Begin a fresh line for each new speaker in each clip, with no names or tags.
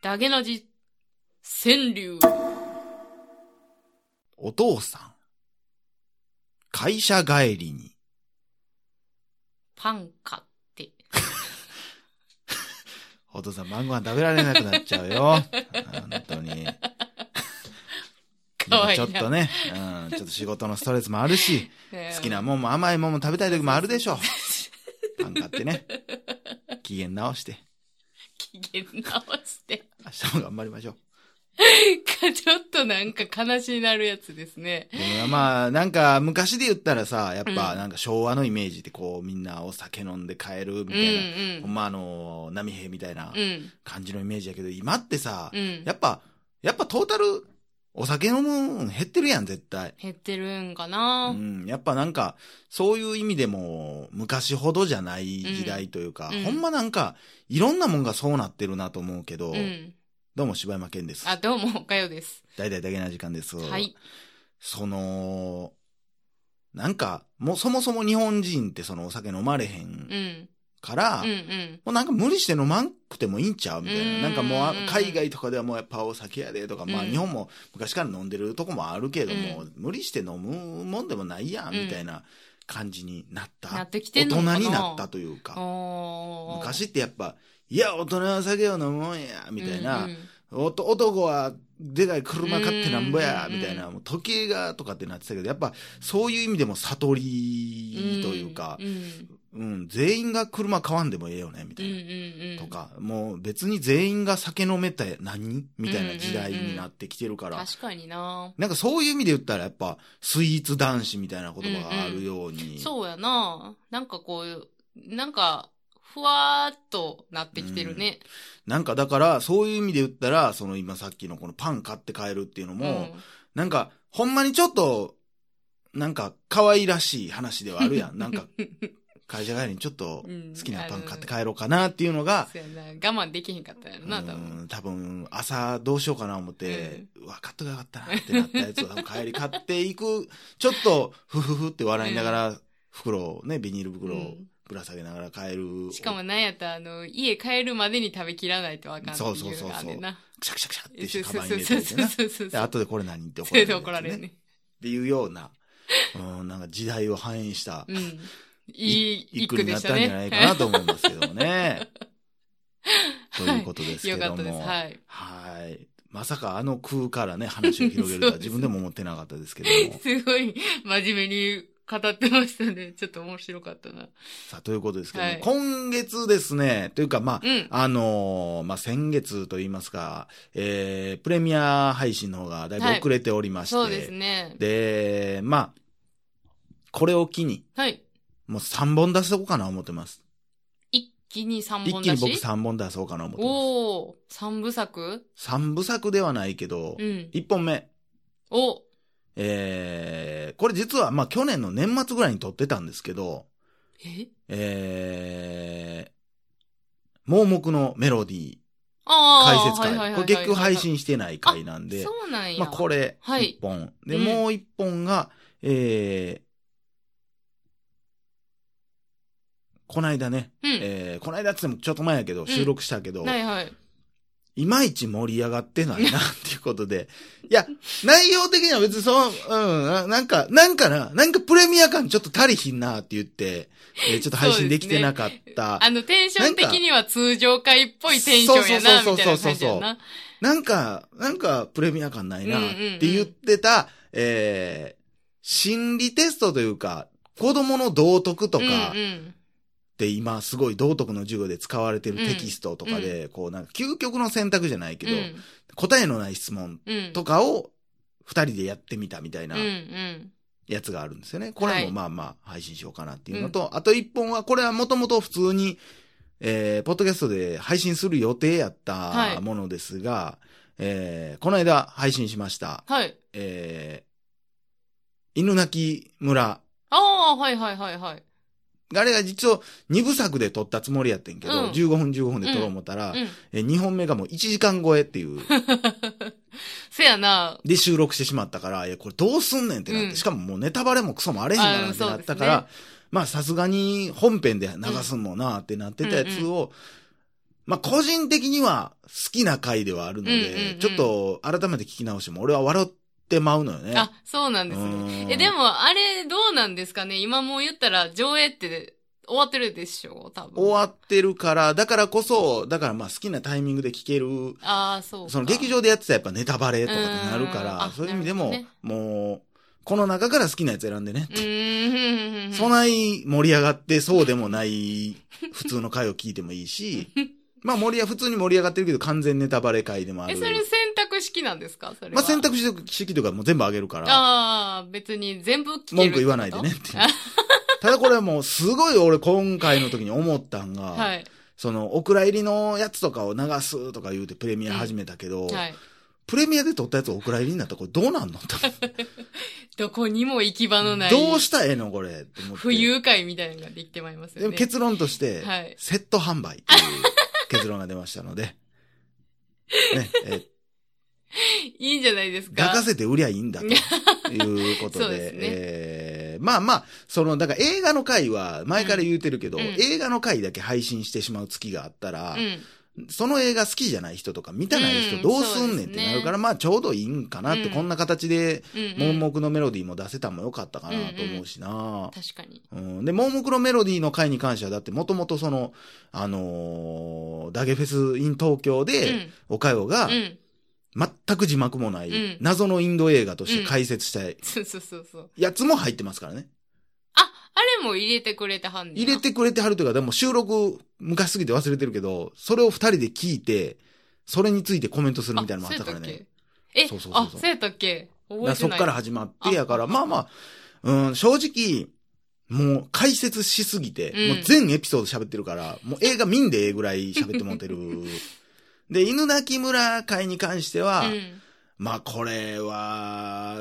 ダゲなじ、川柳。
お父さん。会社帰りに。
パン買って。
お父さん晩ご飯食べられなくなっちゃうよ。本当に。
かわいい
ちょ
な。
っとね、うん、ちょっと仕事のストレスもあるし、
ねえ
好きなもんも甘いもんも食べたい時もあるでしょう。パン買ってね。機嫌直して、
機嫌直して。
明日も頑張りましょう。
かちょっとなんか悲しになるやつですね。
でもまあ、なんか昔で言ったらさ、やっぱ
うん
なんか昭和のイメージってこうみんなお酒飲んで帰るみ
うんう
たいな、ほん
ん。
まあの、波平みたいな
うん。
感じのイメージやけど、今ってさ、
うん
や。っぱ、やっぱトータル、お酒飲むん減ってるやん、絶対。
減ってるんか
う
な。
ん、やっぱなんか、そういう意味でも、昔ほどじゃない時代というか、
うん
ほんまなんか、いろんなもんがそうなってるなと思うけど、
うん。
どうも柴山健です。
あ、どうも、おかよです。
大々だけな時間です。
はい。
その、なんか、もうそもそも日本人ってそのお酒飲まれへ
うんん。
から、
うんうん。
もうなんか無理して飲まんくてもいいんちゃうみたい
うん
な。なんかもうあ海外とかではもうやっぱお酒やでとか、まあ
うん
日本も昔から飲んでるとこもあるけども、無理して飲むもんでもないやん
うん
みたいな感じになった。
なってきて
大
んのかな
人になったというか。
おー
昔ってやっぱ、いや、大人は酒を飲むもんや、みたいな。
うんうん
おと男はでかい車買ってなんぼや、
うん
みたいな、もう時計がとかってなってたけど、やっぱそういう意味でも悟りというか、
んうん
うん、全員が車買わんでもええよね、み
う
た
んう
い
ん
な。
うん
とか、もう別に全員が酒飲めて何みたいな時代になってきてるから、
確かにな
なんかそういう意味で言ったらやっぱスイーツ男子みたいな言葉があるように。
そうやななんかこう、なんか、ふわーっとなってきてるね。
なんかだからそういう意味で言ったら、その今さっきのこのパン買って帰るっていうのも、なんかほんまにちょっと、なんか可愛らしい話ではあるや ん。なんか会社帰りにちょっと
うん
好きなパン買って帰ろうかなっていうの
うん
が、
そうやな我慢できへんかったやろな、多分。
うん多分朝どうしようかな思って、うわ、買っとかよかったなってなったやつを多分帰り買っていく、ちょっと、ふふふって笑いながら、袋をね、ビニール袋
う
を
ん
ぶら下げながら帰る。
しかもなんやったら、あの、家帰るまでに食べきらないとあかんって
そうそう
い
そ
の
ううそう
があんねんな。
くしゃくしゃくしゃってし
そ
て
う
カ
そう
バ
そ
ン入
う
れ
そう
とい
そうそう
てな。で、
そう。
後でこれ何って怒
そ
られ
れ
る
で
やつね、
怒られるね。
っていうような、うん、なんか時代を反映した
うん。いい、一
一
句
句に
で
なっ
したた
んじ
ね。
ゃないかなと思いますけども ね。ということですけ
よ
ども。
かったです。はい。
はい。まさかあの空からね、話を広げるとは自分でも思ってなかったですけ ども。
すごい真面目に語ってましたね。ちょっと面白かったな。
さあ、ということですけども、
はい
今月ですね、というかまあ、
うん。
あのーまあ、先月と言いますか、えー、プレミア配信の方がだいぶ遅れておりまして、
そうですね。
で、まあ、これを機に、
はい。
もう3本出そうかな思ってます。
一気に三
一
本
気
出
に
し。
僕3本出そうかな思ってま
おお三部作
す。3部作ではないけど、
うん。
1本目、
お
えー、これ実はまあ去年の年末ぐらいに撮ってたんですけど、
え
えー、盲目のメロディー解
ああ。
説
は
会。
いはいはいはい
これ結局配信してない回なんで、
そうなんや。
まあこれ
はい
1本。で、
うん
もう1本が、えー、こないだね、
うん。
えー、こないだっつってもちょっと前やけど、
ん
収録したけど、
はいはい。
いまいち盛り上がってないな、っていうことで。いや、内容的には別にそう、うん、ななんか、なんかな、なんかプレミア感ちょっと足りひんなって言って、えーちょっと配信できてなかった。
あの、テンション的には通常回っぽいテンションやな、
そう
み
そ
た
う
い
そう
な
そう
感じや
そう
な。
なんか、なんかプレミア感ないな、
うんうんうん
って言ってた、えー、心理テストというか、子供の道徳と
と
か、
うんうん。
で、今すごい道徳の授業で使われてるテキストとかで、こうなんか究極の選択じゃないけど、答えのない質問
うんうん。
とかを二人でやってみたみたいな
うんうん。
やつがあるんですよね。これ
は
も
い
まあまあ配信しようかなっていうのと、あと一本は、これはもともと普通に、えー、ポッドキャストで配信する予定やっ
は
た
い
ものですが、えー、この間配信しました。
はい。
えー、犬鳴村。
ああ、はいはいはいはい。
あれが実は二部作で撮ったつもりやってんけど、
うん
15分15分で撮ろう思ったら、
うん。
え2本目がもう1時間超えっていう、
せやな。
で収録してしまったから、いや、これどうすんねんってなって、
うん
しかももうネタバレもクソもあれへんから
あ
な
ー
ってなった
そう
か
です
ら、
ね
まあさすがに本編で流すもんなってなってたやつを、まあ、個人的には好きな回ではあるので、
うんうんうん
ちょっと改めて聞き直しても、俺は笑ってまうのよね。
あ、そうなんですね。
うん
え、でも、あれ、どうなんですかね今もう言ったら、上映って終わってるでしょう多分。
終わってるから、だからこそ、だからまあ好きなタイミングで聞ける、
ああ、そうか。
その劇場でやってたらやっぱネタバレとかになるか
うん
ら
あ、
そういう意味でも、
なる
もう、この中から好きなやつ選んでね
う。ーん。
そない盛り上がってそうでもない普通の回を聞いてもいい し、まあ盛り上が、普通に盛り上がってるけど完全ネタバレ回でもあ
え、
る
そ。れ選択式なんですかそれは。
まあ選択肢とかもう全部あげるから、
ああ、別に全部聞ける
文句言わないでねっ。ていう。 ただこれはもうすごい俺今回の時に思ったんが、
はい。
その、お蔵入りのやつとかを流すとか言うてプレミア始めたけど、
はい。
プレミアで撮ったやつをお蔵入りになったらこれどうなんの って
どこにも行き場のない。
どうしたらええのこれって思って。
不遊会みたいなのができてまいりますよ
で
ね。
も結論として、
はい
セット販売っていう結論が出ました ので、ね、え、
いいんじゃないですか
抱かせて売りゃいいんだということ で、
そうですね
えーまあまあ、その、だから映画の回は前から言うてるけど、
うんうん
映画の回だけ配信してしまう月があったら、
うん。
その映画好きじゃない人とか見たない人どうすんねんってなるから、まあちょうどいいんかなって、
うん
こんな形で
うん、う
盲
ん。
目のメロディーも出せたのもよかったかなと思うしな。
確かに。
うん、で、盲目のメロディーの回に関しては、だってもともとその、あのーダゲフェスイン東京
う
で、
ん。
おかよが
う、ん。
全く字幕もな
う
い
ん、
謎のインド映画として解説したい
そうそうそうそう。
やつも入ってますからね。
あ、あれも入れてくれたはんね
入
や
れてくれてはるというか、でも収録昔すぎて忘れてるけど、それを二人で聞いて、それについてコメントするみたいなのもあったからね。
あ
そうそうそ
そ
う
うやったっけえ、あ、そうやったっけ覚
だ
えて
そっ
ない。
から始まってやから、
あ
まあまあ、うん、正直、もう解説しすぎて、
うん
もう全エピソード喋ってるから、もう映画見んでええぐらい喋っても ってる。で、犬鳴村会に関しては、
うん。
まあこれは、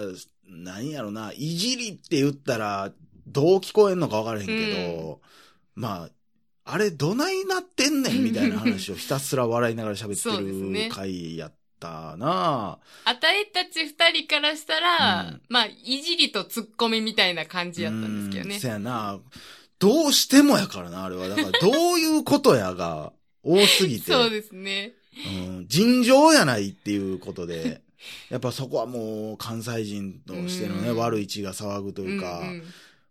何やろな、いじりって言ったら、どう聞こえんのかわからへんけど、まあ、あれどないなってんねんみたいな話をひたすら笑いながら喋
そうです
って
ね
る回やったな
あたいたち二人からしたら、
うん
まあ、いじりとツッコミみたいな感じやったんですけど
う
ね
ん。そやな。どうしてもやからな、あれは。だから、どういうことや が、多すぎて。
そうですね。
うん。尋常やないっていうことで。やっぱそこはもう、関西人としてのね、
うん
悪い血が騒ぐと
と
いうか。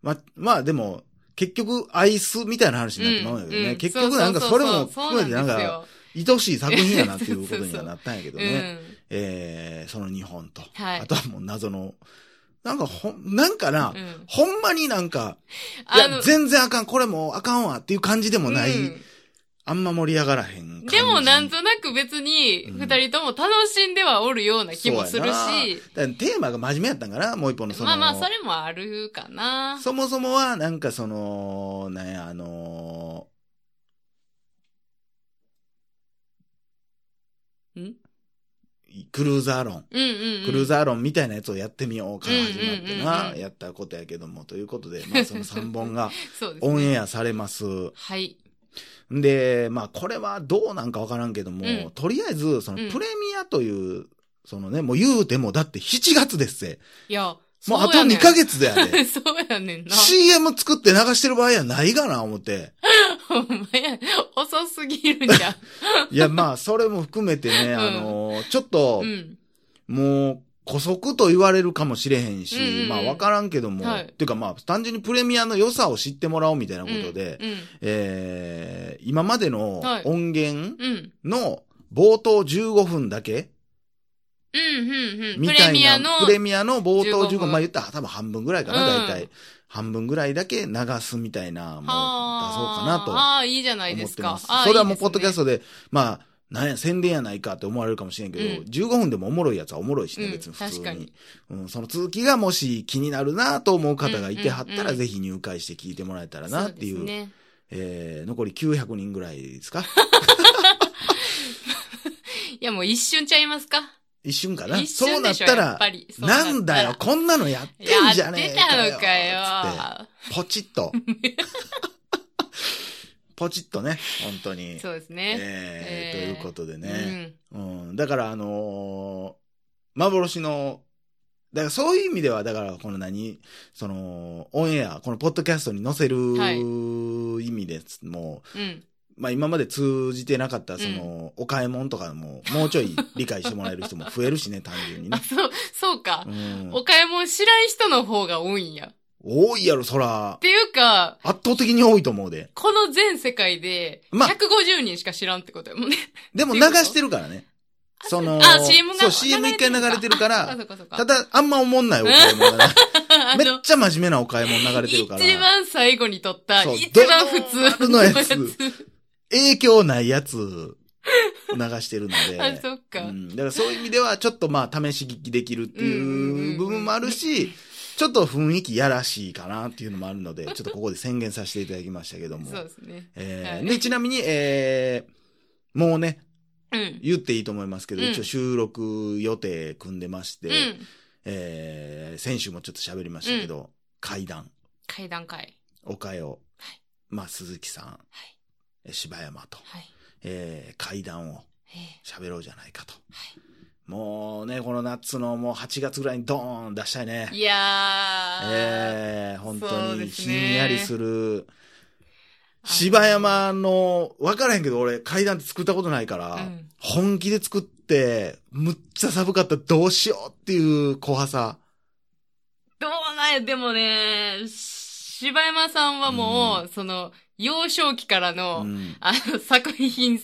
ま、まあでも、結局、アイスみたいな話になってまうんやけどね。結局なんかそれも含めてなんか、愛しい作品やなっていうことにはなったんやけど
う
ね。
ん。
えー、その日本と。
はい
あとはもう謎の、なんかほん、なんかな、
うん
ほんまになんか、い
あ
や、
の
全然あかん、これもうあかんわっていう感じでもない、
うん
あんま盛り上がらへん感じ。
でもなんとなく別に
うん
二人とも楽しんではおるような気もするし、
だからテーマが真面目やったんかな、もう一本のその。
まあまあそれもあるかな。
そもそもは、なんかその、なんや、あのー
ん
クルーザー論。
うんうんうん。
クルーザー論みたいなやつをやってみようから始まって
うんうんうん
な、
うん
やったことやけども、ということで、まあその3本が
そうですね。
オンエアされます。
はい。
で、まあこれはどうなんかわからんけども、
うん
とりあえず、その
うん
プレミアという、そのね、もう言うても、だって7月ですぜ。
いや、
もうあ
そ
と
やねん
2ヶ月だよね。
そうやね んな。
CM 作って流してる場合やないかな、思って。
ほんまや、遅すぎる じゃん。
いや、まあ、それも含めてね、
うん
あの、ちょっと
う、ん。
もう、古速と言われるかもしれへんし、
うんうんうん
まあ、わからんけども、
はい
っていうかまあ、単純にプレミアの良さを知ってもらおうみたいなことで、
う
えー、今までの
はい
音源
ん。うん。
の冒頭15分だけ、
うん、 うん、うん。
み
プレ
たい
ミアの
な、、プレミアの冒頭
15
15分、
分
まあ言ったら多分半分ぐらいかな、
うん
大体。半分ぐらいだけ流すみたいな、もう、出そうかなと。
ああ、いいじゃない
思
で
っ
す
て
か
ま。す。
あー
それはもう、ポッドキャ
い
ストで、まあ、なんや、宣伝やないかって思われるかもしれんけど、
うん
15分でもおもろいやつはおもろいしね、
うん
別に普通
確かに
に。うん、その続きがもし気になるなと思う方がいてはった
うんうん
ら、
うん
ぜひ入会して聞いてもらえたら
い
なっていう。
そですね
えー、残り900人ぐらいです か
いや、もう一瞬ちゃいますか。
一瞬かな
一
そう
瞬
な
で
っ
しょ
た
や
ら
っぱり、そうなった
な
ら
んだよ、こんなのやってんじ
や
ゃ
っ
ねえ
て
かよ。
たのかよ。
つってポチ ッと。ポチッとね、本当に。
そうです
えー
ね。えー
ということでね。うん。だから、あのー幻の、だからそういう意味では、だから、この何、その、オンエア、このポッドキャストに載せる、
はい
意味です。も
うん。うん。
まあ今まで通じてなかった、その、お買い物とかも、もうちょい理解してもらえる人も増えるしね、単純に
あ、
ね。
そう、そうか
う。ん。
お買い物知らん人の方が多いんや。っ
多いやろ、そら。
ていうか、
圧倒的に多いと思うで。
この全世界で、
まあ
150人しか知らんってことやもんね。
でも流してるからね。その、
あ、CM が。
そう、CM 一回流れてるか
あそ
ら
う、かそうか。
ただ、あんまおもんないお買い物がな
あ
めっ
の、
ちゃ真面目なお買い物流れてるから、
一番最後に撮った、
そう
一番普通
ドーナツのや影響ないやつ、流してるの
あ、
で。
そっか。
うん、だからそういう意味では、ちょっとまあ、試し聞きできるって
うんうんうんう
い
ん
う部分もあるし、ちょっと雰囲気やらしいかなっていうのもある ので、ちょっとここで宣言させていただきましたけども。
そうですね。
え
はい
ー、で、ちなみに、えー、もうね、
うん。
言っていいと思いますけど、
うん
一応収録予定組んでまして、
うん。
えー、先週もちょっと喋りましたけど、階段、
階段階。
岡代、
はい
まあ、鈴木さん、
い
え柴山と、
はい。
えー、階段を
ええ
喋ろうじゃないかと。
は
もうね、この夏のもう8月ぐらいにドーン出したいね
い。。いやー。
えー、本当
そう
に
です
ひ
ね
んやりする。
あの
柴。山の、わからへんけど俺階段って作ったことないから、
うん
本気で作って、むっちゃ寒かったらどうしようっていう怖さ。
どうなんや、でもね、柴山さんはもう、その、幼少期からの、
うん
あの、作品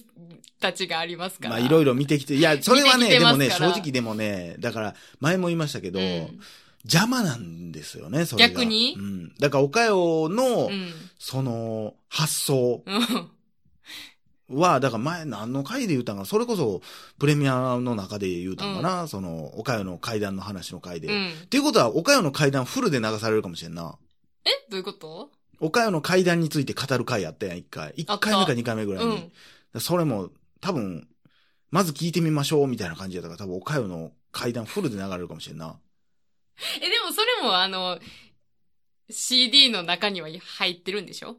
たちがありますから。
まあいろいろ見てきて、いや、それは
見
ね、
てき
で
てま
も
すから
ね、正直でもね、だから前も言いましたけど、
うん
邪魔なんですよね、それが。
逆に
うん。だから岡代の、
うん。
その、発想
うん。
は、だから前何の回で言うたんかな、それこそプレミアの中で言うたんかな、その、岡代の階段の話の回で。
う
っ
ん。
ていうことは、岡代の階段フルで流されるかもしれんな。
えどういうこと
岡代の階段について語る回やったやん、一回。一
あった
回目か二回目ぐらいうに。
ん。
それも、多分、まず聞いてみましょう、みたいな感じやったから、多分、岡代の階段フルで流れるかもしれんな。
え、でもそれもあの、CD の中には入ってるんでしょ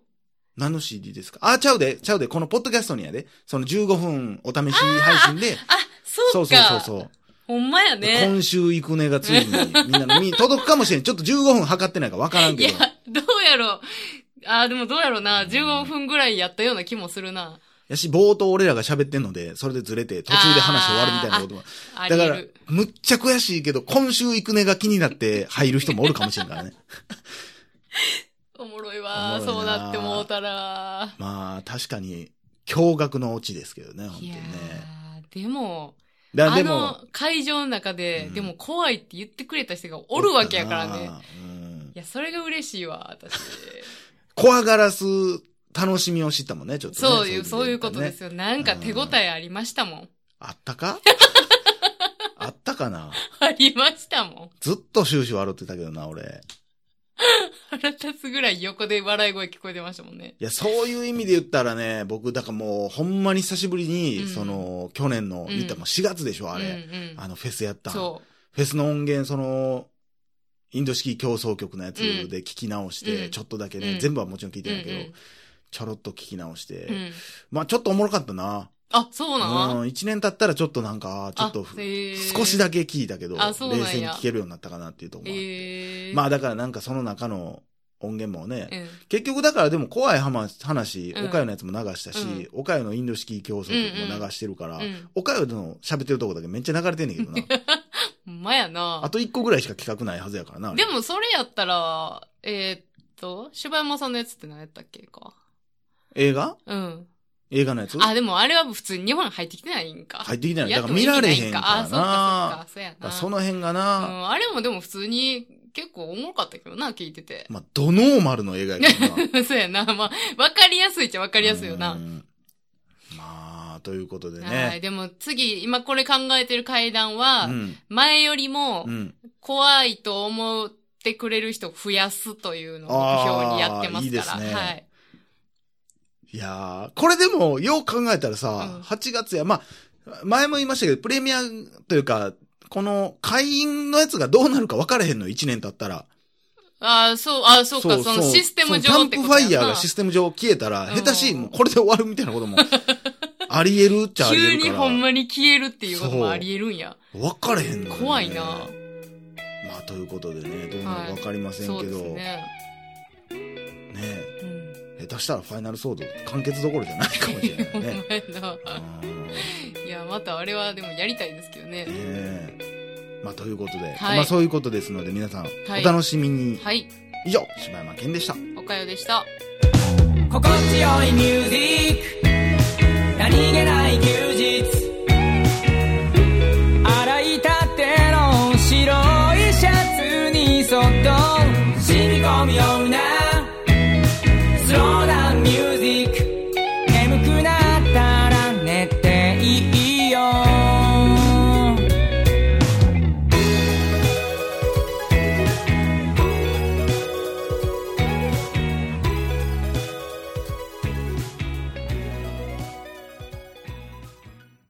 何の CD ですかあ、ちゃうで、ちゃうで、このポッドキャストにやで、その15分お試し配信で、
あ、
そ
そううか。
そうそうそう。
ほんまやね。
今週行くねがついに、みんなの見、届くかもしれん。ちょっと15分測ってないから分からん
い
け
や
ど。、
どうやろう。あー、でもどうやろうな。15分ぐらいやったような気もするな。
やし、冒頭俺らが喋ってんので、それでずれて、途中で話終わるみたいなことも。
あり
だ
え
から
る。、
むっちゃ悔しいけど、今週行くねが気になって入る人もおるかもしれんからね。
おもろいわ
おもろいな
そうなってもうたら。
まあ、確かに、驚愕のオチですけどね、本当
い
に
や
ね。
ー、でも、
だから
あ
でも、
の会場の中で、
うん
でも怖いって言ってくれた人がおるわけやから
おった
ね。
な。うん
いや、それが嬉しいわ、 私。
怖がらす楽しみを知ったもんね、ちょっとね、
そういう、そういうこと
ね
ですよ。なんか手応えありましたもん。
あっ たかあったかな
ありましたもん。
ずっと終始笑ってたけどな、俺。
腹立つぐらい横で笑い声聞こえてましたもんね。
いや、そういう意味で言ったらね、僕、だからもう、ほんまに久しぶりに、
うん
その、去年の、
ん
言ったらもう4月でしょ、あれ。
うんうん、
あの、フェスやった。フ
そ
ェスの音源、その、インド式競争曲のやつで聞き直して、
うん
ちょっとだけね、
うん。
全部はもちろん聞いうてないけど、
うんうん
ちょろっと聞き直して、
うん
まあちょっとおもろかったな。
あ、そうなの
うん、一年経ったらちょっとなんか、あーちょっとふ、少し
け。
だけ聞いたけど、冷
あそうなんや
静に聞けるようになったかなっていうところもあって
えー、
まあだからなんかその中の音源もね、
うん、
結局だからでも怖い話、話
うん
おかゆのやつも流したし、おかゆのインド式競争曲も流してるから
う、ん。
おかゆの喋ってるとこだけめっちゃ流れてんねんけどな。
ほんまやな。
あと一個ぐらいしか企画ないはずやからな。あれ
でもそれやったら、えーっと、柴山さんのやつって何やったっけか。
映画
うん。
映画のやつ
あ、
入
でもあれは普通に日本入ってきてないんか。
ってきてない。
や
だ
っ
か
て
ら
も意味
見られ
い
へん
ん
から
あ、そ
な。
うか、そうか、そうや
だか
な。
らその辺が
う
な、
ん、あれもでも普通に結構おもろかったけどな、聞いてて。
まあ、ドノーマルの映画や からな。わ
そうやな。まあ、わかりやすいっちゃわかりやすいよな。
まあ、ということで
はい。
ね。
でも次、今これ考えてる階段
う
は、
ん。
前よりも
うん。
怖いと思ってくれる人を増やすというのを目標にやってますから。
あーいいですね
はい。
いやー、これでも、よう考えたらさ
うん、
8月や、まあ、前も言いましたけど、プレミアというか、この会員のやつがどうなるか分からへんの、1年経ったら。
ああ、そう、ああ、そうか、そのシステム上
その
ってこと
キャンプフ
やな
ァイヤーがシステム上消えたら、
うん
下手し、もうこれで終わるみたいなことも、あり得るっちゃあり
急
得
に
るか
ほん
ら。
まに消えるっていうこともあり得るんや。
分からへんのよね
怖いな。
まあ、ということでね、どうなるか分かりません
そう
け
です
ど、ね
ね。うん。
下手したらファイナルソード完結どころじゃないかもしれな
お
い
前
ね。
な。
うん
いや、またあれはでもやりたいですけどね。
ええまあということで、
はい
まあそういうことですので皆さん
はい
お楽しみに。
はい、
以上、柴山健でした。
おかよでした。
心地よいミュージック何気ない休日洗いたての白いシャツにそっと染み込むような